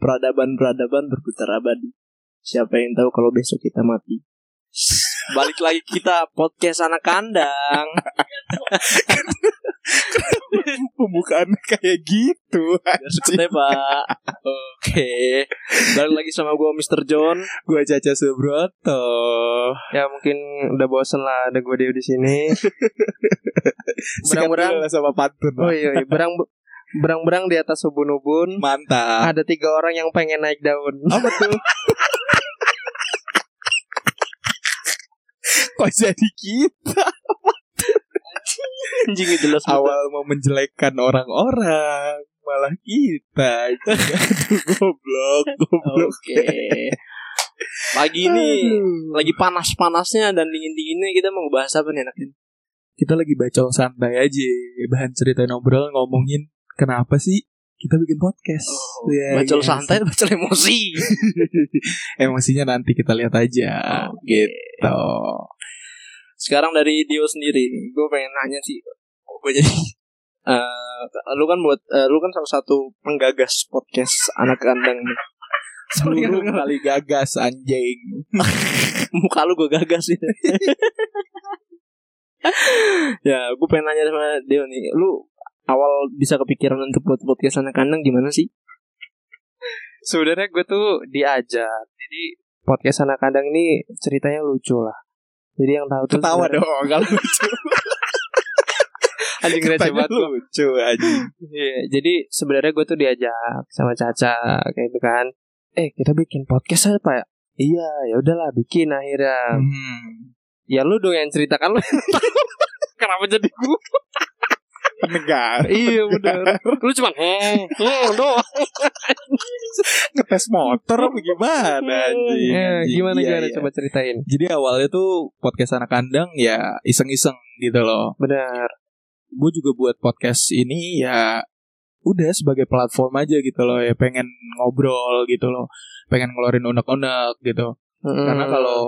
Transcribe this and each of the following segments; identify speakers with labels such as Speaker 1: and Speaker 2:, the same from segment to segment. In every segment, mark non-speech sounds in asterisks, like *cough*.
Speaker 1: Peradaban-peradaban berputar abadi. Siapa yang tahu kalau besok kita mati? *laughs* Balik lagi kita podcast anak kandang.
Speaker 2: Pembukaan *laughs* kayak gitu. anjing.
Speaker 1: Santai, Pak. Oke. Balik lagi sama gua Mr. John.
Speaker 2: Gua Caca Subroto.
Speaker 1: Ya mungkin udah bosen lah ada gue dia di
Speaker 2: *laughs*
Speaker 1: sini.
Speaker 2: Sikat
Speaker 1: Mudah-mudahan-
Speaker 2: dulu lah sama pantun.
Speaker 3: Oh iya, iya. berang berang-berang di atas ubun-ubun.
Speaker 2: Mantap. Oh,
Speaker 3: Ada tiga orang yang pengen naik daun.
Speaker 2: Apa
Speaker 3: *laughs*
Speaker 2: tuh? Kok jadi gitu?
Speaker 1: Anjing jelas
Speaker 2: Awal mau menjelekkan orang-orang malah kita kan, Aduh, goblok goblok
Speaker 1: Oke. Pagi ini
Speaker 2: Aduh.
Speaker 1: lagi panas-panasnya dan dingin-dinginnya kita mau bahas apa nih anaknya?
Speaker 2: kita lagi bacol santai aja bahan cerita ngobrol ngomongin kenapa sih kita bikin podcast
Speaker 1: Oh,
Speaker 2: Ya,
Speaker 1: bacol
Speaker 2: ya.
Speaker 1: santai, bacol emosi.
Speaker 2: emosinya nanti kita lihat aja
Speaker 1: Oke.
Speaker 2: gitu
Speaker 1: Sekarang dari Dio sendiri nih, gue pengen nanya sih. Kok Gue jadi *laughs* Eh, lu kan buat eh, lu kan salah satu penggagas podcast anak kandang
Speaker 2: *laughs*
Speaker 1: nih.
Speaker 2: seluruh
Speaker 1: Seluruh
Speaker 2: kali gagas anjing
Speaker 1: *laughs* muka lu gue gagas gitu. *laughs* ya, gue pengen nanya sama Dio nih, lu awal bisa kepikiran untuk buat podcast anak kandang gimana sih?
Speaker 3: Sebenarnya gue tuh diajak. Jadi podcast anak kandang ini ceritanya lucu lah. Jadi yang tahu tuh
Speaker 2: ketawa
Speaker 3: sebenarnya-
Speaker 2: dong *laughs* kalau lucu
Speaker 3: *laughs* gitu. Anjing receh
Speaker 2: Katanya
Speaker 3: banget gua.
Speaker 2: lucu anjing
Speaker 3: Iya, jadi sebenarnya gue tuh diajak sama Caca kayak itu kan. Eh, kita bikin podcast apa ya? Iya, ya udahlah bikin akhirnya.
Speaker 2: Hmm,
Speaker 3: Ya lu dong yang ceritakan lu. *laughs* Kenapa jadi
Speaker 2: *laughs*
Speaker 3: gue?
Speaker 2: pendengar
Speaker 3: iya, udah. Lu cuma "Hmm, hmm, doang.
Speaker 2: ngetes motor apa
Speaker 3: *laughs*
Speaker 2: gimana anjing
Speaker 3: Eh,
Speaker 2: Anjing.
Speaker 3: gimana
Speaker 2: Iya,
Speaker 3: gimana
Speaker 2: iya.
Speaker 3: coba ceritain.
Speaker 2: jadi awalnya tuh podcast anak kandang ya iseng-iseng gitu loh
Speaker 3: Benar.
Speaker 2: gue juga buat podcast ini ya udah sebagai platform aja gitu loh ya pengen ngobrol gitu loh pengen ngeluarin unek-unek gitu karena
Speaker 3: Hmm.
Speaker 2: kalau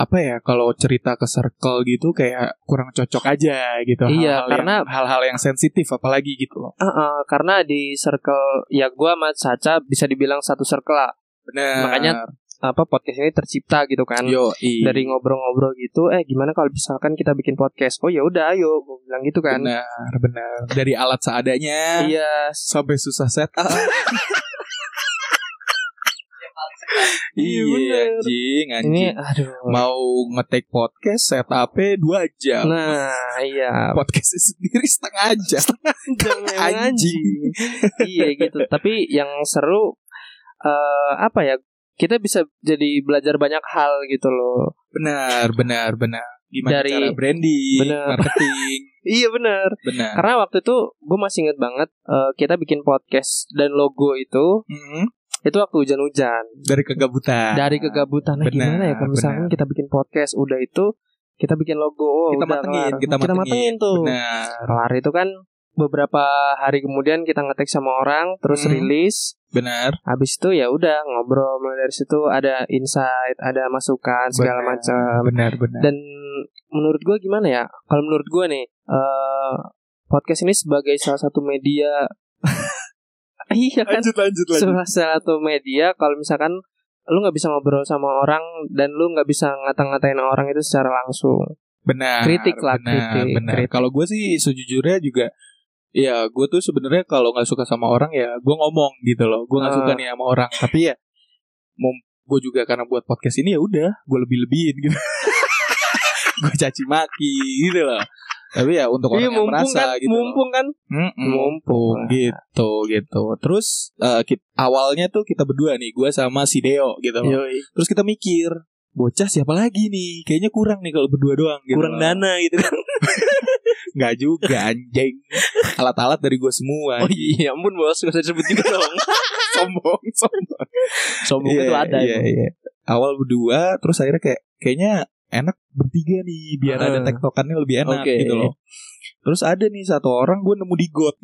Speaker 2: apa ya kalau cerita ke circle gitu kayak kurang cocok aja gitu
Speaker 3: Iya,
Speaker 2: Hal-hal
Speaker 3: karena-
Speaker 2: yang- hal-hal yang sensitif apalagi gitu loh
Speaker 3: Heeh, karena di circle ya gua sama Caca bisa dibilang satu circle lah.
Speaker 2: benar
Speaker 3: Makanya Apa podcast ini tercipta gitu kan.
Speaker 2: yo
Speaker 3: Dari ngobrol-ngobrol gitu, eh gimana kalau misalkan kita bikin podcast? Oh ya udah, ayo gua bilang gitu kan.
Speaker 2: benar benar dari alat seadanya
Speaker 3: Iya,
Speaker 2: sampai susah set up
Speaker 3: *laughs* Iya,
Speaker 2: iya
Speaker 3: benar.
Speaker 2: anjing
Speaker 3: ini
Speaker 2: anjing
Speaker 3: aduh.
Speaker 2: mau ngetek podcast setupnya dua jam
Speaker 3: Nah,
Speaker 2: *laughs*
Speaker 3: iya.
Speaker 2: podcast sendiri setengah jam
Speaker 3: Jangan anjing. iya gitu. Tapi yang seru eh apa ya? Kita bisa jadi belajar banyak hal gitu loh.
Speaker 2: benar benar benar gimana
Speaker 3: Dari-
Speaker 2: cara branding
Speaker 3: Benar.
Speaker 2: marketing
Speaker 3: Iya bener
Speaker 2: benar
Speaker 3: Karena waktu itu gue masih inget banget eh, kita bikin podcast dan logo itu
Speaker 2: Mm,
Speaker 3: itu waktu hujan-hujan
Speaker 2: dari kegabutan
Speaker 3: dari kegabutan nah,
Speaker 2: bener,
Speaker 3: gimana ya kalau misalkan
Speaker 2: bener.
Speaker 3: kita bikin podcast udah itu kita bikin logo oh,
Speaker 2: kita
Speaker 3: udah
Speaker 2: matengin
Speaker 3: kelar.
Speaker 2: kita,
Speaker 3: matengin tuh
Speaker 2: benar
Speaker 3: kelar itu kan beberapa hari kemudian kita ngetek sama orang terus
Speaker 2: Hmm.
Speaker 3: rilis
Speaker 2: benar
Speaker 3: habis itu ya udah ngobrol mulai dari situ ada insight ada masukan segala
Speaker 2: Bener.
Speaker 3: macam
Speaker 2: benar
Speaker 1: Nah.
Speaker 2: benar
Speaker 3: dan menurut gue gimana ya kalau menurut gue nih eh podcast ini sebagai salah satu media *laughs* iya kan
Speaker 2: lanjut lanjut lanjut
Speaker 3: salah satu media kalau misalkan lu nggak bisa ngobrol sama orang dan lu nggak bisa ngata-ngatain orang itu secara langsung
Speaker 2: benar
Speaker 3: Kritik lah,
Speaker 2: benar,
Speaker 3: kritik,
Speaker 2: benar.
Speaker 3: kritik.
Speaker 2: kalau gue sih sejujurnya juga ya gue tuh sebenarnya kalau nggak suka sama orang ya gue ngomong gitu loh gue nggak suka
Speaker 3: Ah.
Speaker 2: nih sama orang tapi ya mau gue juga karena buat podcast ini ya udah gue lebih lebihin gitu *laughs* gue caci maki gitu loh tapi ya untuk orang
Speaker 3: iya
Speaker 2: yang
Speaker 3: mumpung
Speaker 2: merasa
Speaker 3: kan
Speaker 2: gitu loh.
Speaker 3: mumpung kan
Speaker 1: Hmm.
Speaker 2: Mm-mm.
Speaker 3: Mumpung.
Speaker 2: gitu gitu terus eh, kit- awalnya tuh kita berdua nih gue sama si Deo gitu loh.
Speaker 3: Iya.
Speaker 2: terus kita mikir bocah siapa lagi nih kayaknya kurang nih kalau berdua doang gitu
Speaker 1: Kurang
Speaker 2: loh.
Speaker 1: dana gitu kan.
Speaker 2: Nggak juga anjing Alat-alat dari gue semua
Speaker 1: Oh iya, ampun bos, gak usah disebut juga dong.
Speaker 2: Sombong Sombong
Speaker 1: *laughs* Sombong
Speaker 2: Iya,
Speaker 1: itu ada gitu.
Speaker 2: iya,
Speaker 1: emang.
Speaker 2: iya. Awal berdua Terus akhirnya kayak Kayaknya enak bertiga nih Biar
Speaker 1: Eh.
Speaker 2: ada tektokannya lebih enak
Speaker 1: Oke.
Speaker 2: gitu loh Terus ada nih satu orang gue nemu di got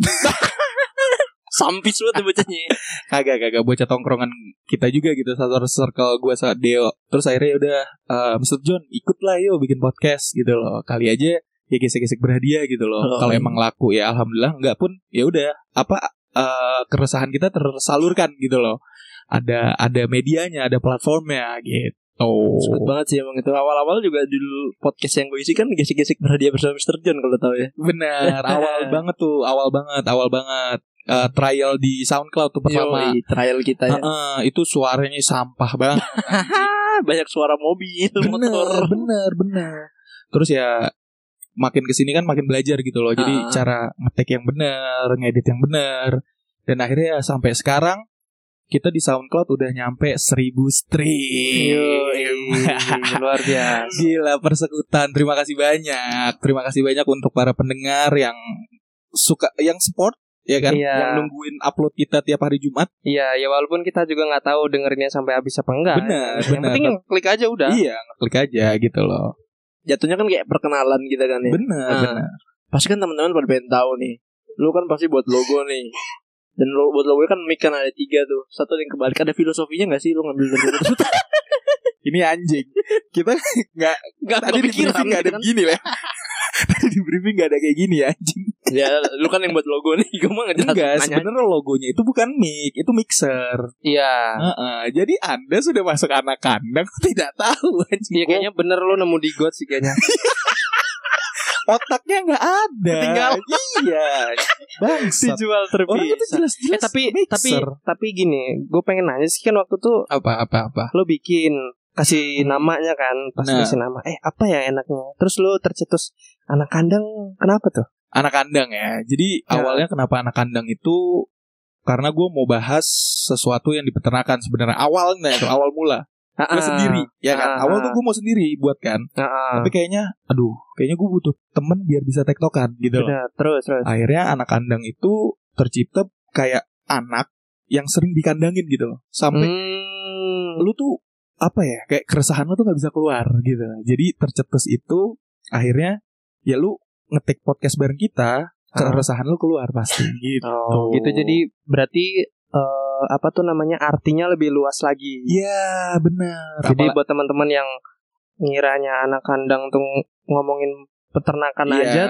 Speaker 1: Sampis banget tuh bocahnya.
Speaker 2: Kagak kagak bocah tongkrongan kita juga gitu Satu circle gue sama Deo Terus akhirnya udah eh, Mr. John ikutlah yuk bikin podcast gitu loh Kali aja ya gesek-gesek berhadiah gitu loh
Speaker 1: Oh.
Speaker 2: Kalau emang laku ya Alhamdulillah Enggak pun ya udah Apa eh, keresahan kita tersalurkan gitu loh ada ada medianya, ada platformnya gitu.
Speaker 1: Sempet
Speaker 3: Oh.
Speaker 1: banget sih emang itu Awal-awal juga dulu podcast yang gue isi kan Gesek-gesek berhadiah bersama Mr. John kalau tau ya
Speaker 2: Bener,
Speaker 1: *laughs*
Speaker 2: awal banget tuh, awal banget, awal banget. Eh, trial di SoundCloud tuh pertama.
Speaker 1: Yoi, trial kita
Speaker 3: Ah.
Speaker 1: ya
Speaker 2: Heeh, itu suaranya sampah banget.
Speaker 1: Ah, Banyak suara mobil, motor
Speaker 3: *laughs*
Speaker 2: bener, bener, bener. Terus ya makin kesini kan makin belajar gitu loh. Jadi
Speaker 1: Ah.
Speaker 2: cara ngetek yang bener, ngedit yang bener. Dan akhirnya ya sampai sekarang kita di SoundCloud udah nyampe 1000 stream.
Speaker 3: Yoi, luar biasa.
Speaker 2: Gila persekutan. Terima kasih banyak. Terima kasih banyak untuk para pendengar yang suka yang support ya kan
Speaker 3: Iya.
Speaker 2: yang nungguin upload kita tiap hari Jumat.
Speaker 3: Iya, ya walaupun kita juga nggak tahu dengerinnya sampai habis apa enggak.
Speaker 2: Benar,
Speaker 3: Yang
Speaker 2: benar.
Speaker 3: penting klik aja udah.
Speaker 2: Iya, klik aja gitu loh.
Speaker 1: Jatuhnya kan kayak perkenalan gitu kan ya
Speaker 2: Bener,
Speaker 1: Ah.
Speaker 2: bener.
Speaker 1: Pasti kan teman-teman pada pengen tahu nih Lu kan pasti buat logo nih dan lo, buat logo kan mic kan ada tiga tuh Satu yang kebalik Ada filosofinya gak sih Lu ngambil
Speaker 3: *laughs*
Speaker 1: dari itu
Speaker 2: Ini anjing. Kita nggak
Speaker 1: Gak
Speaker 2: tadi di briefing nggak ada
Speaker 3: gitu kan.
Speaker 2: begini lah. *laughs* tadi di briefing nggak ada kayak gini ya anjing.
Speaker 1: Ya lu kan yang buat logo nih Gue mah ngejelasin
Speaker 2: Enggak,
Speaker 1: nanya.
Speaker 2: sebenarnya logonya itu bukan mic, itu mixer.
Speaker 3: Iya.
Speaker 2: Heeh, jadi Anda sudah masuk anak kandang tidak tahu anjing.
Speaker 3: Iya kayaknya bener lo nemu di God sih kayaknya.
Speaker 2: Oh, Otaknya nggak ada.
Speaker 3: Ketinggalan.
Speaker 2: Iya.
Speaker 3: *laughs*
Speaker 2: Bangsat.
Speaker 3: Dijual
Speaker 2: Orang itu
Speaker 3: terpisah.
Speaker 2: jelas-jelas
Speaker 3: Eh, tapi tapi
Speaker 2: mixer.
Speaker 3: tapi gini, gue pengen nanya sih kan waktu tuh
Speaker 2: apa apa apa.
Speaker 3: lo bikin kasih namanya kan, pas
Speaker 2: Nah.
Speaker 3: kasih nama. Eh apa ya enaknya? Terus lo tercetus anak kandang kenapa tuh?
Speaker 2: anak kandang ya. Jadi
Speaker 3: Ya.
Speaker 2: awalnya kenapa anak kandang itu karena gue mau bahas sesuatu yang di peternakan sebenarnya awalnya itu awal mula gue
Speaker 3: Ah,
Speaker 2: sendiri *laughs* ya kan
Speaker 3: Ah,
Speaker 2: awal
Speaker 3: ah.
Speaker 2: tuh gue mau sendiri buat kan
Speaker 3: ah, ah.
Speaker 2: tapi kayaknya aduh kayaknya gue butuh temen biar bisa tektokan gitu loh
Speaker 3: Udah, terus terus.
Speaker 2: akhirnya anak kandang itu tercipta kayak anak yang sering dikandangin gitu loh sampai
Speaker 3: Hmm.
Speaker 2: lu tuh apa ya kayak keresahan lu tuh nggak bisa keluar gitu jadi tercetus itu akhirnya ya lu ngetik podcast bareng kita
Speaker 3: Ah.
Speaker 2: keresahan lu keluar
Speaker 3: *laughs*
Speaker 2: pasti gitu
Speaker 3: Oh, gitu. Jadi berarti eh, apa tuh namanya artinya lebih luas lagi.
Speaker 2: Iya benar
Speaker 3: Jadi
Speaker 2: Apala-
Speaker 3: buat teman-teman yang ngiranya anak kandang tuh ngomongin peternakan
Speaker 2: Iya,
Speaker 3: aja,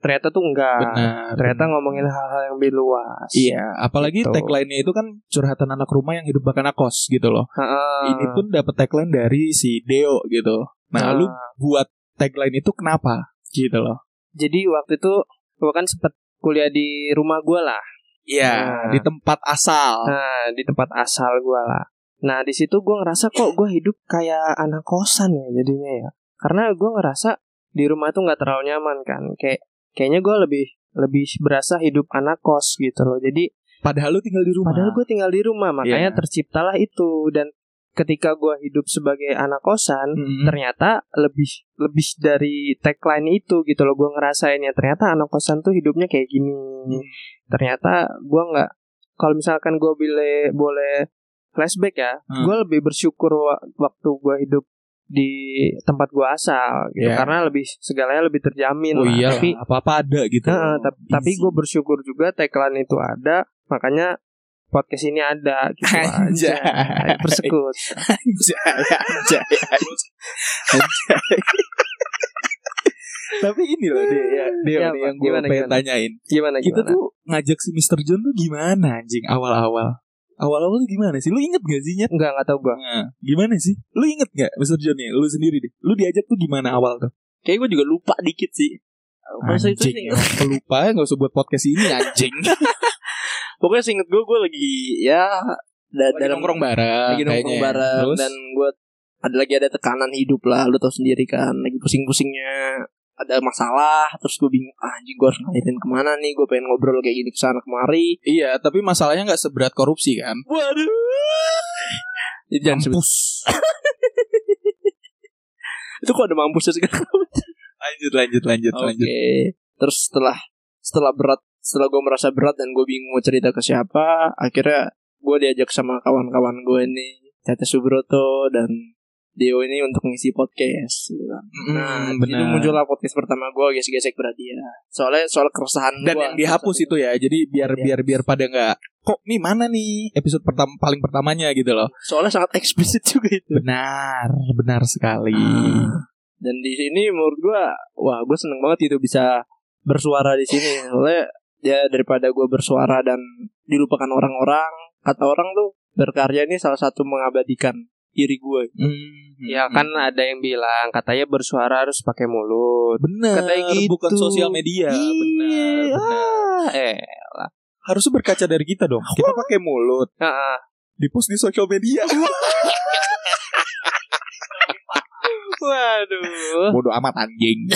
Speaker 3: ternyata tuh enggak.
Speaker 2: benar
Speaker 3: Ternyata ngomongin hal-hal yang lebih luas.
Speaker 2: Iya, apalagi
Speaker 3: Gitu.
Speaker 2: tagline-nya itu kan curhatan anak rumah yang hidup bakana kos gitu loh.
Speaker 3: Ha-ha.
Speaker 2: Ini pun dapat tagline dari si Deo gitu.
Speaker 3: Ah.
Speaker 2: Nah, lu buat tagline itu kenapa? Gitu loh.
Speaker 3: jadi waktu itu gua kan sempet kuliah di rumah gua lah.
Speaker 2: Iya,
Speaker 3: Nah.
Speaker 2: di tempat asal.
Speaker 3: Nah, di tempat asal gua lah. Nah, di situ gua ngerasa kok gua hidup kayak anak kosan ya jadinya ya. Karena gua ngerasa di rumah tuh nggak terlalu nyaman kan. Kayak kayaknya gua lebih lebih berasa hidup anak kos gitu loh. Jadi
Speaker 2: Padahal lu tinggal di rumah.
Speaker 3: padahal gua tinggal di rumah, makanya
Speaker 2: Iya.
Speaker 3: terciptalah itu dan ketika gua hidup sebagai anak kosan
Speaker 2: Mm-mm.
Speaker 3: ternyata lebih lebih dari tagline itu gitu loh gue ngerasainnya ternyata anak kosan tuh hidupnya kayak gini
Speaker 2: Hmm.
Speaker 3: ternyata gue nggak kalau misalkan gue boleh boleh flashback ya
Speaker 2: Hmm.
Speaker 3: gue lebih bersyukur wa- waktu gue hidup di tempat gue asal gitu
Speaker 2: Yeah.
Speaker 3: karena lebih segalanya lebih terjamin
Speaker 2: Ya. Oh
Speaker 3: lah.
Speaker 2: iya,
Speaker 3: tapi
Speaker 2: apa-apa ada gitu.
Speaker 3: Heeh, tap- tapi
Speaker 2: Easy.
Speaker 3: gue bersyukur juga tagline itu ada makanya podcast ini ada gitu aja
Speaker 2: *laughs* Anjay.
Speaker 3: bersekut
Speaker 2: Anjay, anjay, anjay.
Speaker 3: *laughs*
Speaker 2: Anjay. Tapi ini loh Deo, ya, Deo
Speaker 3: Ya,
Speaker 2: nih
Speaker 3: Pak,
Speaker 2: yang gue
Speaker 3: gimana,
Speaker 2: pengen
Speaker 3: gimana?
Speaker 2: tanyain.
Speaker 3: gimana
Speaker 2: kita
Speaker 3: gimana
Speaker 2: tuh ngajak si Mr. John tuh gimana anjing awal-awal? Awal-awal tuh gimana sih? Lu inget gak sih Nyet?
Speaker 3: nggak nggak tahu gue
Speaker 2: Nah, gimana sih? Lu inget gak Mr. John nih? Lu sendiri deh. Lu diajak tuh gimana awal tuh?
Speaker 1: Kayak gue juga lupa dikit sih Masa itu sih
Speaker 2: Anjing, emang pelupa ya gak usah buat podcast ini
Speaker 1: *laughs*
Speaker 2: anjing.
Speaker 1: Pokoknya seinget gue Gue lagi ya da
Speaker 2: Lagi
Speaker 1: dalam
Speaker 2: nongkrong bareng.
Speaker 1: lagi nongkrong
Speaker 2: kayaknya.
Speaker 1: bareng
Speaker 2: Terus,
Speaker 1: dan gue ada lagi ada tekanan hidup lah lu tau sendiri kan lagi pusing-pusingnya ada masalah terus gue bingung "Ah, anjing gue harus ngalirin kemana nih gue pengen ngobrol kayak gini kesana kemari
Speaker 2: Iya, tapi masalahnya gak seberat korupsi kan?
Speaker 1: waduh Jadi jangan sebut
Speaker 2: Mampus.
Speaker 1: *laughs* itu kok ada mampusnya segala
Speaker 2: lanjut, lanjut, lanjut,
Speaker 1: Oke.
Speaker 2: Gitu, lanjut.
Speaker 1: Terus setelah setelah berat, setelah gue merasa berat dan gue bingung mau cerita ke siapa, akhirnya gue diajak sama kawan-kawan gue ini, Tete Subroto dan Dio ini untuk ngisi podcast. gitu kan. Nah,
Speaker 2: Mm,
Speaker 1: itu muncullah podcast pertama gue gesek-gesek berhadiah. Soalnya soal keresahan
Speaker 2: dan
Speaker 1: gua.
Speaker 2: yang dihapus itu ya jadi biar
Speaker 1: Iya.
Speaker 2: biar biar pada nggak kok nih mana nih episode pertama paling pertamanya gitu loh
Speaker 1: Soalnya sangat *laughs* eksplisit juga itu.
Speaker 2: benar benar sekali
Speaker 1: Ah.
Speaker 3: Ah.
Speaker 1: Dan di sini menurut gue, wah gue seneng banget itu bisa bersuara di sini. Soalnya ya daripada gue bersuara dan dilupakan orang-orang, kata orang tuh berkarya ini salah satu mengabadikan diri Gitu. gue.
Speaker 2: Hmm,
Speaker 3: Ya kan ada yang bilang katanya bersuara harus pakai mulut.
Speaker 2: benar.
Speaker 3: katanya gitu.
Speaker 2: Bukan sosial media. Benar.
Speaker 3: Iya.
Speaker 2: benar.
Speaker 3: Eh,
Speaker 2: Harusnya berkaca dari kita dong. Kita pakai mulut.
Speaker 3: heeh.
Speaker 2: Dipost di sosial media. *laughs*
Speaker 3: Waduh.
Speaker 2: Bodoh amat anjing.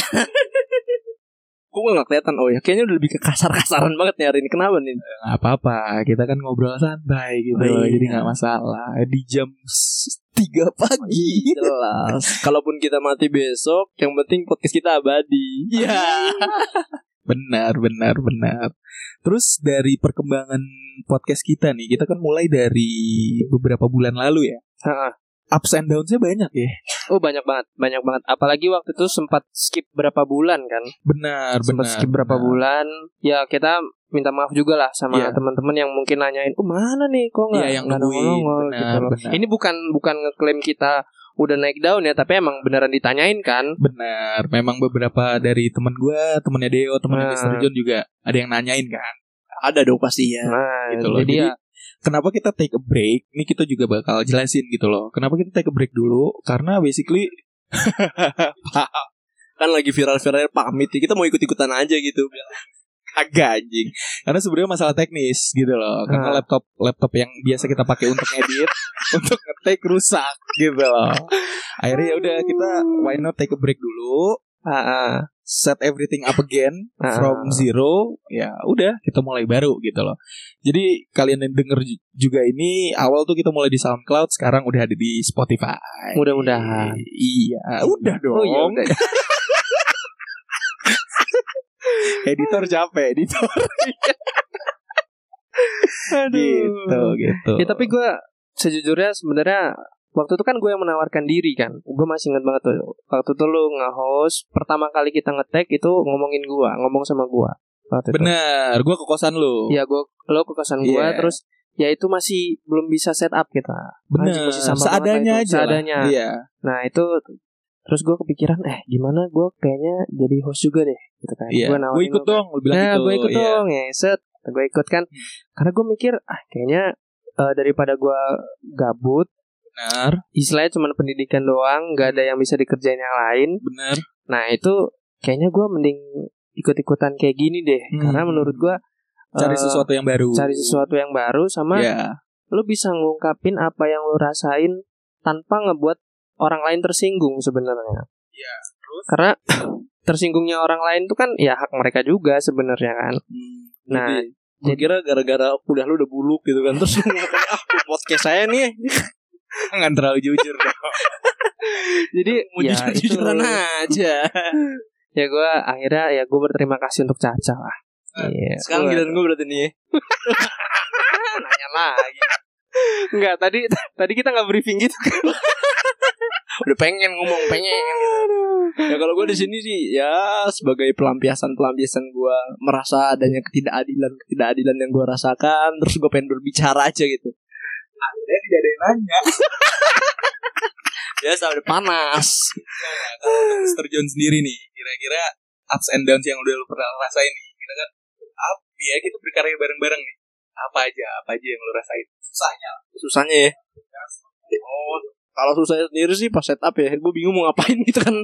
Speaker 1: Gue nggak kelihatan oh ya kayaknya udah lebih ke kasar-kasaran banget nih hari ini. Kenapa nih?
Speaker 2: Gak apa-apa, kita kan ngobrol santai gitu
Speaker 1: Oh, iya.
Speaker 2: Jadi gak masalah Di jam s- 3 pagi
Speaker 1: Jelas. Kalaupun kita mati besok, yang penting podcast kita abadi.
Speaker 2: Iya Benar, benar, benar Terus dari perkembangan podcast kita nih Kita kan mulai dari beberapa bulan lalu ya
Speaker 3: Heeh.
Speaker 2: Ups and downs-nya banyak ya
Speaker 3: Oh banyak banget, banyak banget. Apalagi waktu itu sempat skip berapa bulan kan?
Speaker 2: Benar,
Speaker 3: sempat
Speaker 2: Ah, benar
Speaker 3: skip berapa
Speaker 2: benar.
Speaker 3: bulan. Ya kita minta maaf juga lah sama
Speaker 2: Iya.
Speaker 3: teman-teman yang mungkin nanyain, "Oh, mana nih kok nggak
Speaker 2: Iya, yang
Speaker 3: nggak
Speaker 2: nungguin.
Speaker 3: nongol-nongol?"
Speaker 2: Benar,
Speaker 3: gitu loh.
Speaker 2: benar.
Speaker 3: Ini bukan bukan ngeklaim kita udah naik daun ya, tapi emang beneran ditanyain kan?
Speaker 2: Benar, memang beberapa dari teman gue, temannya Deo, temannya
Speaker 3: Nah.
Speaker 2: Mister John juga ada yang nanyain kan.
Speaker 1: Ah. Ada dong pasti ya.
Speaker 3: Nah,
Speaker 2: Gitu loh.
Speaker 3: jadi ya
Speaker 2: Kenapa kita take a break? Ini kita juga bakal jelasin gitu loh. Kenapa kita take a break dulu? Karena basically
Speaker 1: *laughs* Kan lagi viral-viral pamit ya. Kita mau ikut-ikutan aja gitu.
Speaker 2: agak anjing. Karena sebenarnya masalah teknis gitu loh. Karena
Speaker 3: Nah.
Speaker 2: laptop laptop yang biasa kita pakai untuk
Speaker 1: *laughs*
Speaker 2: edit, untuk ngetek rusak gitu loh. Akhirnya ya udah kita why not take a break dulu.
Speaker 3: ah, ah.
Speaker 2: set everything up again
Speaker 3: Ah.
Speaker 2: from zero ya udah kita mulai baru gitu loh jadi kalian yang denger ju- juga ini awal tuh kita mulai di SoundCloud sekarang udah ada di Spotify
Speaker 3: Mudah-mudahan.
Speaker 2: iya udah dong Gitu,
Speaker 3: Oh, iya,
Speaker 2: *laughs*
Speaker 3: udah.
Speaker 2: editor capek editor
Speaker 3: Aduh.
Speaker 2: gitu gitu
Speaker 3: Ya tapi gue sejujurnya sebenarnya waktu itu kan gue yang menawarkan diri kan. Gue masih inget banget tuh. Waktu itu lu nge-host pertama kali kita ngetek itu ngomongin gue, ngomong sama gue. Waktu itu.
Speaker 2: bener gue ke kosan lo
Speaker 3: Ya gue lo ke kosan gue
Speaker 2: Iya.
Speaker 3: terus ya itu masih belum bisa set up kita.
Speaker 2: bener
Speaker 3: anjing, masih sama banget
Speaker 2: seadanya
Speaker 3: lah itu.
Speaker 2: aja lah.
Speaker 3: Seadanya.
Speaker 2: iya
Speaker 3: Nah itu terus gue kepikiran eh gimana gue kayaknya jadi host juga deh gitu kan.
Speaker 2: iya
Speaker 3: Gue
Speaker 2: gue ikut dong lo bilang
Speaker 3: Nah
Speaker 2: gitu
Speaker 3: gue ikut
Speaker 2: Iya. Hmm.
Speaker 3: dong ngeset Gue ikut kan Karena gue mikir ah kayaknya eh, daripada gue gabut
Speaker 2: bener
Speaker 3: istilahnya cuma pendidikan doang, nggak ada yang bisa dikerjain yang lain.
Speaker 2: bener
Speaker 3: Nah itu kayaknya gue mending ikut-ikutan kayak gini deh,
Speaker 2: Hmm.
Speaker 3: karena menurut gue
Speaker 2: cari
Speaker 3: eh,
Speaker 2: sesuatu yang baru
Speaker 3: cari sesuatu yang baru sama
Speaker 2: Iya.
Speaker 3: lu bisa ngungkapin apa yang lu rasain tanpa ngebuat orang lain tersinggung sebenarnya.
Speaker 2: Iya, terus?
Speaker 3: Karena *sniffs* tersinggungnya orang lain tuh kan ya hak mereka juga sebenarnya kan.
Speaker 1: Hmm,
Speaker 3: Nah,
Speaker 1: jadi, gue kira gara-gara kuliah lu udah buluk gitu kan. Terus lu ngomong, *laughs* ah podcast saya nih.
Speaker 2: Jangan terlalu jujur dong.
Speaker 3: Jadi
Speaker 1: Mau
Speaker 3: ya itu
Speaker 1: jujur-jujuran *laughs* aja.
Speaker 3: ya gue akhirnya ya gue berterima kasih untuk Caca lah. Iya.
Speaker 1: Sekarang
Speaker 3: Gua-
Speaker 1: giliran gue berarti nih ya. *laughs*
Speaker 3: nanya lagi Enggak, tadi tadi kita nggak briefing gitu kan.
Speaker 1: *laughs* Udah pengen ngomong pengen. ya kalau gue di sini sih ya sebagai pelampiasan pelampiasan gue merasa adanya ketidakadilan ketidakadilan yang gue rasakan terus gue pengen berbicara aja gitu ada tidak ada yang nanya *laughs* biasa udah panas
Speaker 2: Mr. John sendiri nih, kira-kira ups and downs yang udah lu pernah rasain nih. Kita kan up, ya kita berkarya bareng-bareng nih. Apa aja, apa aja yang lu rasain? Susahnya.
Speaker 1: susahnya ya oh kalau susah sendiri sih pas setup ya gue bingung mau ngapain *laughs* gitu kan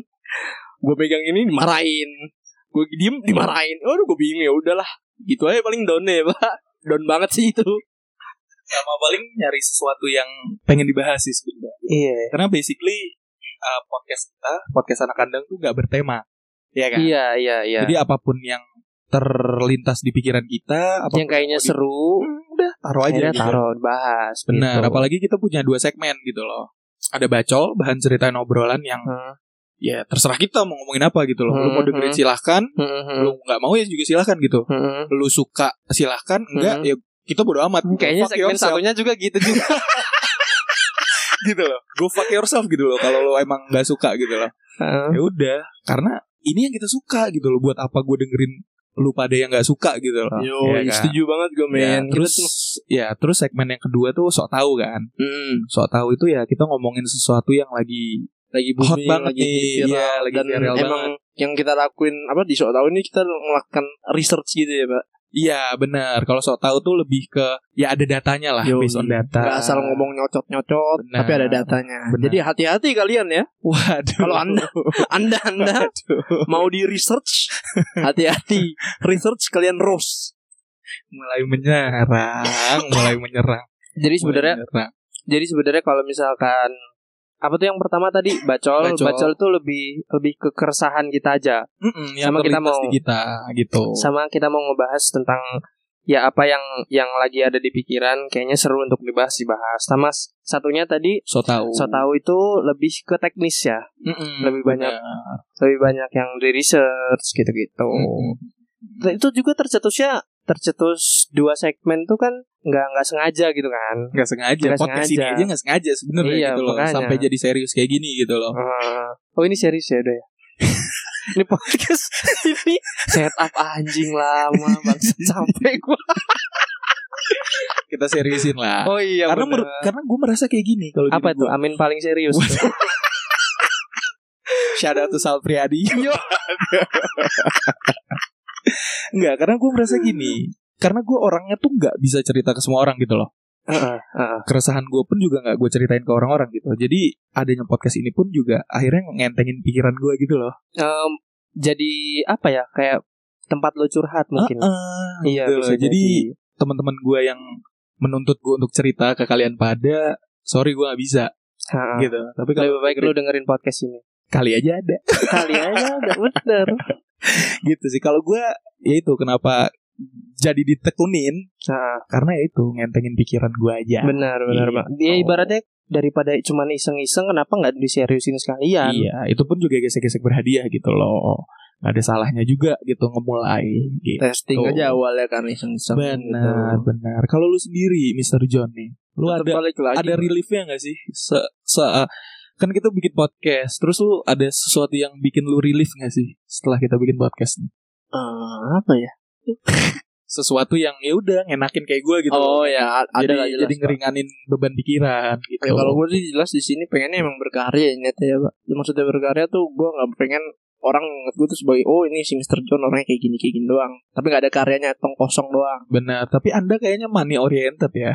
Speaker 1: gue pegang ini dimarahin gue diem dimarahin aduh gue bingung ya udahlah gitu aja paling down ya pak down banget sih itu
Speaker 2: Sama paling nyari sesuatu yang pengen dibahas sih sebenarnya.
Speaker 3: Iya.
Speaker 2: Karena basically uh, podcast kita, podcast anak kandang tuh gak bertema. Iya kan?
Speaker 3: Iya, iya, iya.
Speaker 2: Jadi apapun yang terlintas di pikiran kita, apapun
Speaker 3: yang kayaknya
Speaker 2: mau di-
Speaker 3: seru,
Speaker 2: udah taruh aja
Speaker 3: akhirnya
Speaker 2: gitu.
Speaker 3: taruh bahas.
Speaker 2: Benar,
Speaker 3: gitu.
Speaker 2: apalagi kita punya dua segmen gitu loh. Ada bacol, bahan ceritain obrolan yang
Speaker 3: Hmm.
Speaker 2: ya terserah kita mau ngomongin apa gitu loh. Lu mau
Speaker 3: Hmm,
Speaker 2: dengerin
Speaker 3: hmm.
Speaker 2: silahkan,
Speaker 3: Hmm, hmm,
Speaker 2: lu nggak mau ya juga silahkan gitu.
Speaker 3: hmm, hmm.
Speaker 2: Lu suka silahkan, enggak
Speaker 3: Hmm.
Speaker 2: ya kita bodo amat.
Speaker 3: Kayaknya
Speaker 2: Go fuck
Speaker 3: segmen
Speaker 2: yourself
Speaker 3: satunya juga gitu
Speaker 1: *laughs*
Speaker 3: juga. *laughs*
Speaker 2: gitu loh. Go fuck yourself gitu loh kalau lu emang nggak suka gitu loh.
Speaker 3: Heeh.
Speaker 2: Ya udah, karena ini yang kita suka gitu loh. Buat apa gue dengerin lu pada yang nggak suka gitu loh.
Speaker 1: yo
Speaker 3: Iya,
Speaker 2: Ya kan?
Speaker 1: setuju banget gue
Speaker 2: Ya,
Speaker 1: men
Speaker 2: terus
Speaker 1: Kita tuh-
Speaker 2: ya terus segmen yang kedua tuh sok tahu kan.
Speaker 1: Mm.
Speaker 2: Sok tahu itu ya kita ngomongin sesuatu yang lagi
Speaker 1: lagi
Speaker 2: Hot
Speaker 1: booming,
Speaker 2: banget
Speaker 1: lagi
Speaker 2: nih.
Speaker 1: viral,
Speaker 2: Iya, lagi
Speaker 1: dan
Speaker 2: viral
Speaker 1: emang yang kita lakuin apa di soal tahun ini kita melakukan research gitu ya pak
Speaker 2: Iya benar. Kalau so tahu tuh lebih ke ya ada datanya lah,
Speaker 1: Yoi.
Speaker 2: based on data.
Speaker 1: iya. Nggak asal ngomong nyocot-nyocot,
Speaker 2: Benar.
Speaker 1: tapi ada datanya.
Speaker 2: Benar.
Speaker 1: Jadi hati-hati kalian
Speaker 2: *laughs*
Speaker 1: ya.
Speaker 2: Waduh.
Speaker 1: Kalau Anda Anda Anda mau di research, hati-hati. Research kalian roast.
Speaker 2: *laughs* mulai menyerang, mulai menyerang.
Speaker 3: Jadi sebenarnya
Speaker 2: mulai menyerang.
Speaker 3: jadi sebenarnya kalau misalkan apa tuh yang pertama tadi bacol,
Speaker 2: Bacol.
Speaker 3: bacol, tuh lebih lebih ke keresahan kita aja.
Speaker 2: Mm-mm, yang
Speaker 3: sama kita
Speaker 2: terlintas
Speaker 3: mau-
Speaker 2: di kita gitu.
Speaker 3: Sama kita mau ngebahas tentang ya apa yang yang lagi ada di pikiran kayaknya seru untuk dibahas dibahas. Sama s- satunya tadi
Speaker 2: So tahu.
Speaker 3: so tahu itu lebih ke teknis ya,
Speaker 2: Mm-mm,
Speaker 3: lebih banyak.
Speaker 2: benar.
Speaker 3: lebih banyak yang di research gitu-gitu.
Speaker 2: Mm-mm.
Speaker 3: Nah, itu juga tercetusnya tercetus dua segmen tuh kan nggak nggak sengaja gitu kan.
Speaker 2: nggak sengaja
Speaker 3: Nggak
Speaker 2: podcast
Speaker 3: sengaja.
Speaker 2: ini aja nggak sengaja sebenarnya
Speaker 3: Iya,
Speaker 2: gitu loh
Speaker 3: makanya.
Speaker 2: sampai jadi serius kayak gini gitu loh
Speaker 3: Ah. oh ini serius ya udah ya. *laughs* ini podcast *laughs* ini setup anjing lama *laughs* banget sampai gua.
Speaker 2: kita seriusin lah
Speaker 3: Oh iya.
Speaker 2: karena
Speaker 3: bener.
Speaker 2: menurut karena gue merasa kayak gini kalau
Speaker 3: apa
Speaker 2: diri
Speaker 3: tuh?
Speaker 2: gua.
Speaker 3: Amin paling serius. tuh.
Speaker 2: shout out to
Speaker 3: *laughs*
Speaker 2: Sal Priadi nggak karena gue merasa gini karena gue orangnya tuh nggak bisa cerita ke semua orang gitu loh
Speaker 3: *laughs* Heeh, heeh.
Speaker 2: keresahan gue pun juga nggak gue ceritain ke orang-orang gitu jadi adanya podcast ini pun juga akhirnya ngentengin pikiran gue gitu loh
Speaker 3: Em, jadi apa ya kayak tempat lo curhat mungkin.
Speaker 2: Heeh,
Speaker 3: Iya,
Speaker 2: gitu loh.
Speaker 3: bisa
Speaker 2: jadi
Speaker 3: jadi.
Speaker 2: teman-teman gue yang menuntut gue untuk cerita ke kalian pada sorry gue nggak bisa
Speaker 3: Heeh.
Speaker 2: gitu tapi
Speaker 3: Lebih
Speaker 2: kalau
Speaker 3: baik lo dengerin podcast ini.
Speaker 2: kali aja ada *laughs*
Speaker 3: Kali aja udah bener.
Speaker 2: gitu sih kalau gue ya itu kenapa jadi ditekunin
Speaker 3: Heeh.
Speaker 2: karena ya itu ngentengin pikiran gue aja
Speaker 3: Benar, benar,
Speaker 2: Iya.
Speaker 3: Pak. Dia
Speaker 2: Oh.
Speaker 3: ibaratnya daripada cuman iseng-iseng kenapa nggak diseriusin sekalian?
Speaker 2: iya itu pun juga gesek-gesek berhadiah gitu loh nggak ada salahnya juga gitu ngemulai gitu.
Speaker 1: Testing
Speaker 2: Tuh.
Speaker 1: aja awalnya kan iseng-iseng. Gitu.
Speaker 2: benar benar kalau lu sendiri Mr. John nih lu
Speaker 1: Tetep
Speaker 2: ada
Speaker 1: balik lagi.
Speaker 2: ada reliefnya nggak sih se, se- kan kita bikin podcast terus lu ada sesuatu yang bikin lu relief nggak sih setelah kita bikin podcast nih?
Speaker 1: Eh,
Speaker 3: Ah,
Speaker 1: apa ya?
Speaker 2: sesuatu yang ya udah ngenakin kayak gue gitu
Speaker 1: Oh ya, a- ada
Speaker 2: jadi,
Speaker 1: lah jelas,
Speaker 2: jadi
Speaker 1: Pak.
Speaker 2: ngeringanin beban pikiran gitu.
Speaker 1: Ya, kalau gue sih jelas di sini pengennya emang berkarya ya, nyata ya, Pak. Ya, Maksudnya berkarya tuh gue nggak pengen orang ngeliat gue tuh sebagai oh ini si Mr. John orangnya kayak gini kayak gini doang. Tapi nggak ada karyanya, tong kosong doang.
Speaker 2: benar, tapi Anda kayaknya money oriented
Speaker 1: *laughs*
Speaker 2: ya.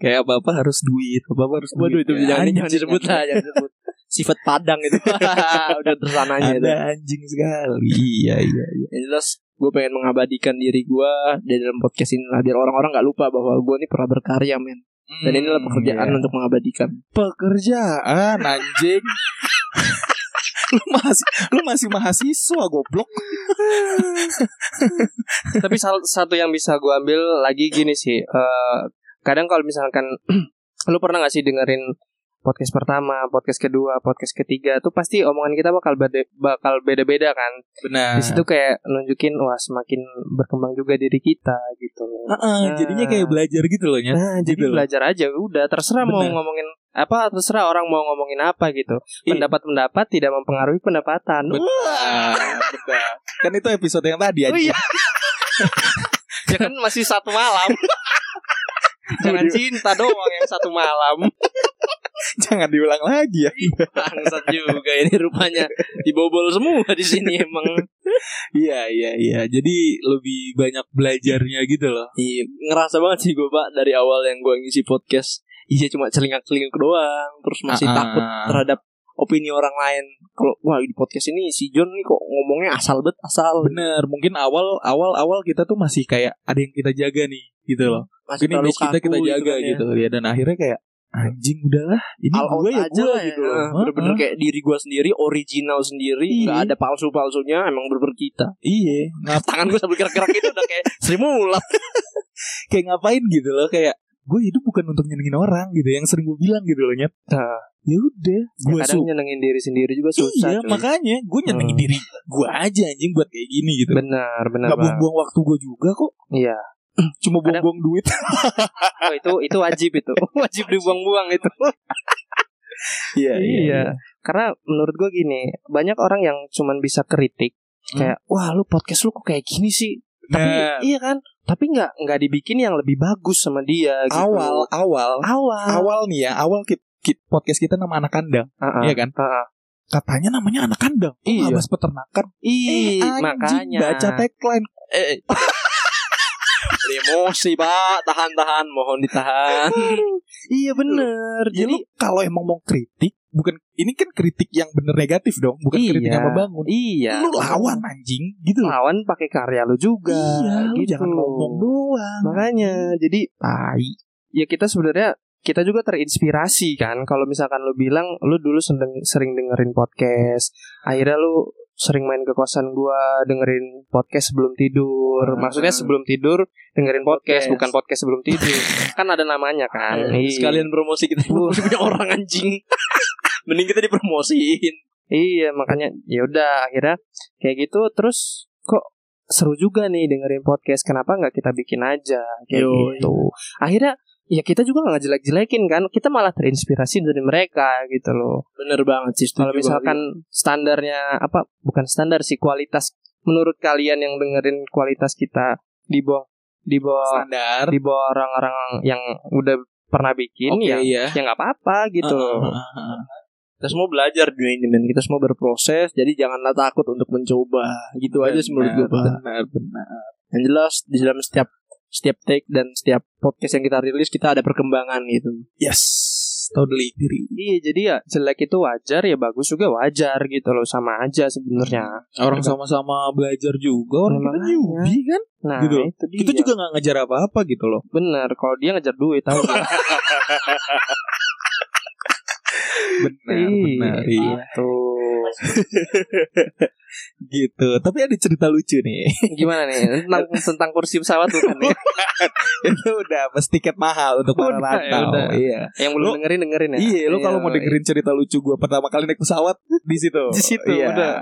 Speaker 2: Kayak apa-apa harus duit, apa-apa harus duit.
Speaker 1: Waduh itu
Speaker 2: Ya,
Speaker 1: jangan,
Speaker 2: anjing,
Speaker 1: jangan disebut lah, jangan disebut. Gitu. Sifat Padang itu. *laughs* Udah tersananya itu.
Speaker 2: Anda anjing sekali. Iya, iya.
Speaker 1: Yang jelas gue pengen mengabadikan diri gue di dalam podcast ini lah biar orang-orang nggak lupa bahwa gue ini pernah berkarya men dan inilah pekerjaan
Speaker 2: Iya.
Speaker 1: untuk mengabadikan
Speaker 2: pekerjaan anjing. *laughs* lu masih lu masih mahasiswa goblok.
Speaker 3: *laughs* Tapi sal- satu yang bisa gue ambil lagi gini sih. eh, kadang kalau misalkan *clears throat* lu pernah gak sih dengerin podcast pertama, podcast kedua, podcast ketiga tuh pasti omongan kita bakal beda bakal beda-beda kan.
Speaker 2: Benar.
Speaker 3: Di situ kayak nunjukin wah semakin berkembang juga diri kita gitu.
Speaker 1: Nah.
Speaker 2: jadinya kayak belajar gitu loh ya.
Speaker 3: Nah, jadi
Speaker 2: gitu loh.
Speaker 3: belajar aja udah terserah mau
Speaker 2: Benar.
Speaker 3: ngomongin apa terserah orang mau ngomongin apa gitu.
Speaker 2: Iya.
Speaker 3: Pendapat-pendapat tidak mempengaruhi pendapatan.
Speaker 2: Benar. Kan itu episode yang tadi
Speaker 3: Oh
Speaker 2: anjing.
Speaker 3: iya. *laughs* ya kan masih satu malam. Jangan cinta doang yang satu malam.
Speaker 2: *laughs* Jangan diulang lagi ya.
Speaker 1: Iya. bangsat juga ini rupanya dibobol semua di sini emang
Speaker 2: Iya iya iya. Jadi lebih banyak belajarnya gitu loh.
Speaker 1: Iya, ngerasa banget sih gue pak dari awal yang gue ngisi podcast iya cuma celingak celingak doang terus masih
Speaker 2: Ah, ah.
Speaker 1: takut terhadap opini orang lain kalau wah di podcast ini si John nih kok ngomongnya asal bet asal
Speaker 2: Bener. Mungkin awal awal awal kita tuh masih kayak ada yang kita jaga nih gitu loh.
Speaker 1: masih
Speaker 2: Ini image kita kita
Speaker 1: kaku
Speaker 2: jaga
Speaker 1: kan ya.
Speaker 2: gitu, ya. Dan akhirnya kayak anjing udahlah. Ini
Speaker 1: All out
Speaker 2: gue ya
Speaker 1: aja
Speaker 2: gue
Speaker 1: lah ya.
Speaker 2: gitu loh.
Speaker 1: Ah, Bener-bener
Speaker 2: Heeh.
Speaker 1: kayak diri gue sendiri Original sendiri
Speaker 2: Iya.
Speaker 1: nggak ada palsu-palsunya Emang bener-bener kita
Speaker 2: Iya. Ngap
Speaker 1: Tangan gue sambil gerak-gerak itu udah
Speaker 2: *laughs*
Speaker 1: kayak Sri Mulat
Speaker 2: kayak ngapain gitu loh kayak gue hidup bukan untuk nyenengin orang gitu yang sering gue bilang gitu loh nyet
Speaker 3: Nah.
Speaker 2: ya udah gue
Speaker 3: Kadang
Speaker 2: su
Speaker 3: nyenengin diri sendiri juga susah.
Speaker 2: iya
Speaker 3: cuy.
Speaker 2: makanya gue nyenengin
Speaker 3: Hmm.
Speaker 2: diri gue aja anjing buat kayak gini gitu
Speaker 3: Benar, benar.
Speaker 2: nggak
Speaker 3: Bang.
Speaker 2: buang-buang waktu gue juga kok
Speaker 3: Iya.
Speaker 2: *clears throat* cuma
Speaker 3: Kadang-
Speaker 2: buang-buang
Speaker 3: *laughs*
Speaker 2: duit
Speaker 3: Oh, itu itu wajib
Speaker 2: *laughs*
Speaker 3: itu. wajib dibuang-buang itu.
Speaker 2: iya
Speaker 3: Karena menurut gue gini, banyak orang yang cuman bisa kritik
Speaker 2: Hmm.
Speaker 3: kayak wah lu podcast lu kok kayak gini sih. Tapi
Speaker 2: Nah.
Speaker 3: iya kan? Tapi nggak nggak dibikin yang lebih bagus sama dia gitu.
Speaker 2: awal awal
Speaker 3: awal.
Speaker 2: awal nih ya awal kit, kit- podcast kita nama anak kandang
Speaker 3: Ah, ah.
Speaker 2: iya kan
Speaker 3: Ah, ah.
Speaker 2: katanya namanya anak kandang Kok nggak
Speaker 3: Iya.
Speaker 2: bahas peternakan
Speaker 3: Ih,
Speaker 2: Eh, anjing,
Speaker 3: makanya
Speaker 2: baca tagline
Speaker 1: Eh, emosi pak tahan tahan mohon ditahan
Speaker 3: iya bener
Speaker 2: Ya lu kalau emang mau kritik, bukan ini kan kritik yang bener negatif dong, bukan kritik
Speaker 3: Iya.
Speaker 2: yang membangun.
Speaker 3: iya
Speaker 2: Lu lawan anjing gitu loh.
Speaker 3: lawan pakai karya lu juga
Speaker 2: Iya, lu
Speaker 3: gitu.
Speaker 2: jangan ngomong doang.
Speaker 3: makanya jadi
Speaker 2: Tai.
Speaker 3: ya kita sebenarnya kita juga terinspirasi kan kalau misalkan lu bilang lu dulu sering sering dengerin podcast akhirnya lu sering main ke kosan gua dengerin podcast sebelum tidur
Speaker 1: Hmm.
Speaker 3: maksudnya sebelum tidur dengerin podcast,
Speaker 1: Podcast.
Speaker 3: bukan podcast sebelum
Speaker 1: *laughs*
Speaker 3: tidur kan ada namanya kan Iya.
Speaker 1: sekalian promosi
Speaker 2: *laughs*
Speaker 1: kita promosi punya orang anjing mending kita dipromosiin
Speaker 3: Iya makanya ya udah akhirnya kayak gitu terus kok seru juga nih dengerin podcast kenapa nggak kita bikin aja kayak
Speaker 1: Yoi.
Speaker 3: gitu akhirnya ya kita juga nggak jelek-jelekin kan kita malah terinspirasi dari mereka gitu loh
Speaker 1: bener banget sih setuju
Speaker 3: kalau
Speaker 2: Iya,
Speaker 3: misalkan standarnya apa bukan standar sih kualitas menurut kalian yang dengerin kualitas kita di bawah di bawah
Speaker 2: Standar.
Speaker 3: di bawah orang-orang yang udah pernah bikin
Speaker 2: Oke,
Speaker 3: ya
Speaker 2: iya.
Speaker 3: ya nggak apa-apa gitu loh
Speaker 2: Heeh, heeh, heeh.
Speaker 1: kita semua belajar dunia ini men kita semua berproses jadi janganlah takut untuk mencoba gitu aja sih menurut gue
Speaker 2: Benar,
Speaker 1: Pak.
Speaker 2: ah, Benar, benar.
Speaker 1: yang jelas di dalam setiap setiap take dan setiap podcast yang kita rilis kita ada perkembangan gitu
Speaker 2: Yes. Totally agree.
Speaker 3: Iya jadi ya jelek itu wajar ya bagus juga wajar gitu loh sama aja sebenarnya.
Speaker 2: Orang sama-sama belajar juga, orang kita
Speaker 3: Memang
Speaker 2: newbie kan.
Speaker 3: Nah
Speaker 2: Gitu loh.
Speaker 3: itu dia.
Speaker 2: Kita juga nggak ngejar apa-apa gitu loh.
Speaker 3: bener kalau dia ngejar duit tahu. nggak?
Speaker 2: *laughs* Benar, benar. Iya.
Speaker 3: Gitu. *laughs*
Speaker 2: Gitu. Tapi ada cerita lucu nih. *laughs*
Speaker 3: Gimana nih tentang tentang kursi pesawat bukan ya?
Speaker 2: Itu udah pas tiket mahal untuk para
Speaker 3: Udah, ya
Speaker 2: rantau.
Speaker 3: udah.
Speaker 2: Iya.
Speaker 3: Yang belum
Speaker 2: Lu-
Speaker 3: dengerin dengerin ya.
Speaker 2: Iya, lo kalau mau
Speaker 3: Iya.
Speaker 2: dengerin cerita lucu gue pertama kali naik pesawat di situ.
Speaker 3: Di situ,
Speaker 2: iya. *laughs*
Speaker 3: udah.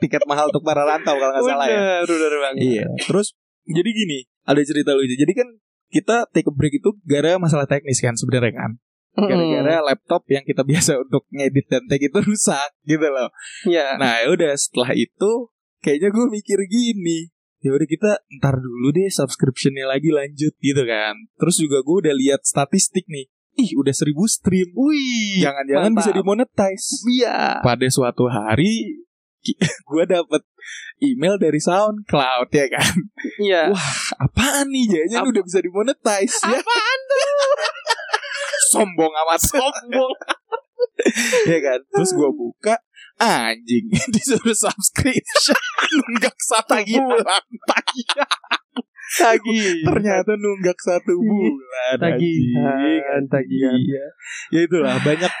Speaker 2: Tiket mahal untuk para rantau
Speaker 3: iya.
Speaker 2: kalau nggak salah ya.
Speaker 3: Bener, bener banget.
Speaker 2: Iya. Terus jadi gini, ada cerita lucu. Jadi kan kita take a break itu gara masalah teknis kan sebenarnya kan.
Speaker 3: Hmm. *laughs*
Speaker 2: Gara-gara laptop yang kita biasa untuk ngedit dan take itu rusak gitu loh.
Speaker 3: Mm, Iya.
Speaker 2: Nah, ya udah setelah itu kayaknya gue mikir gini. Ya udah kita ntar dulu deh subscriptionnya lagi lanjut gitu kan. Terus juga gue udah lihat statistik nih. Ih, udah seribu stream. Wih, jangan-jangan
Speaker 3: mantap.
Speaker 2: bisa dimonetize.
Speaker 3: Iya.
Speaker 2: Pada suatu hari ki- *laughs* gue dapet email dari SoundCloud ya kan. *laughs*
Speaker 3: Iya.
Speaker 2: Apaan nih? Jangan-jangan
Speaker 3: Apa-
Speaker 2: udah bisa dimonetize ya.
Speaker 3: Apaan
Speaker 2: *laughs* Sombong amat
Speaker 3: sombong?
Speaker 2: ya kan terus gue buka anjing *laughs* disuruh subscription nunggak satu bulan
Speaker 3: Tagi.
Speaker 2: *laughs* ternyata nunggak satu bulan anjing.
Speaker 3: Tagihan, tagihan.
Speaker 2: Iya. ya itulah banyak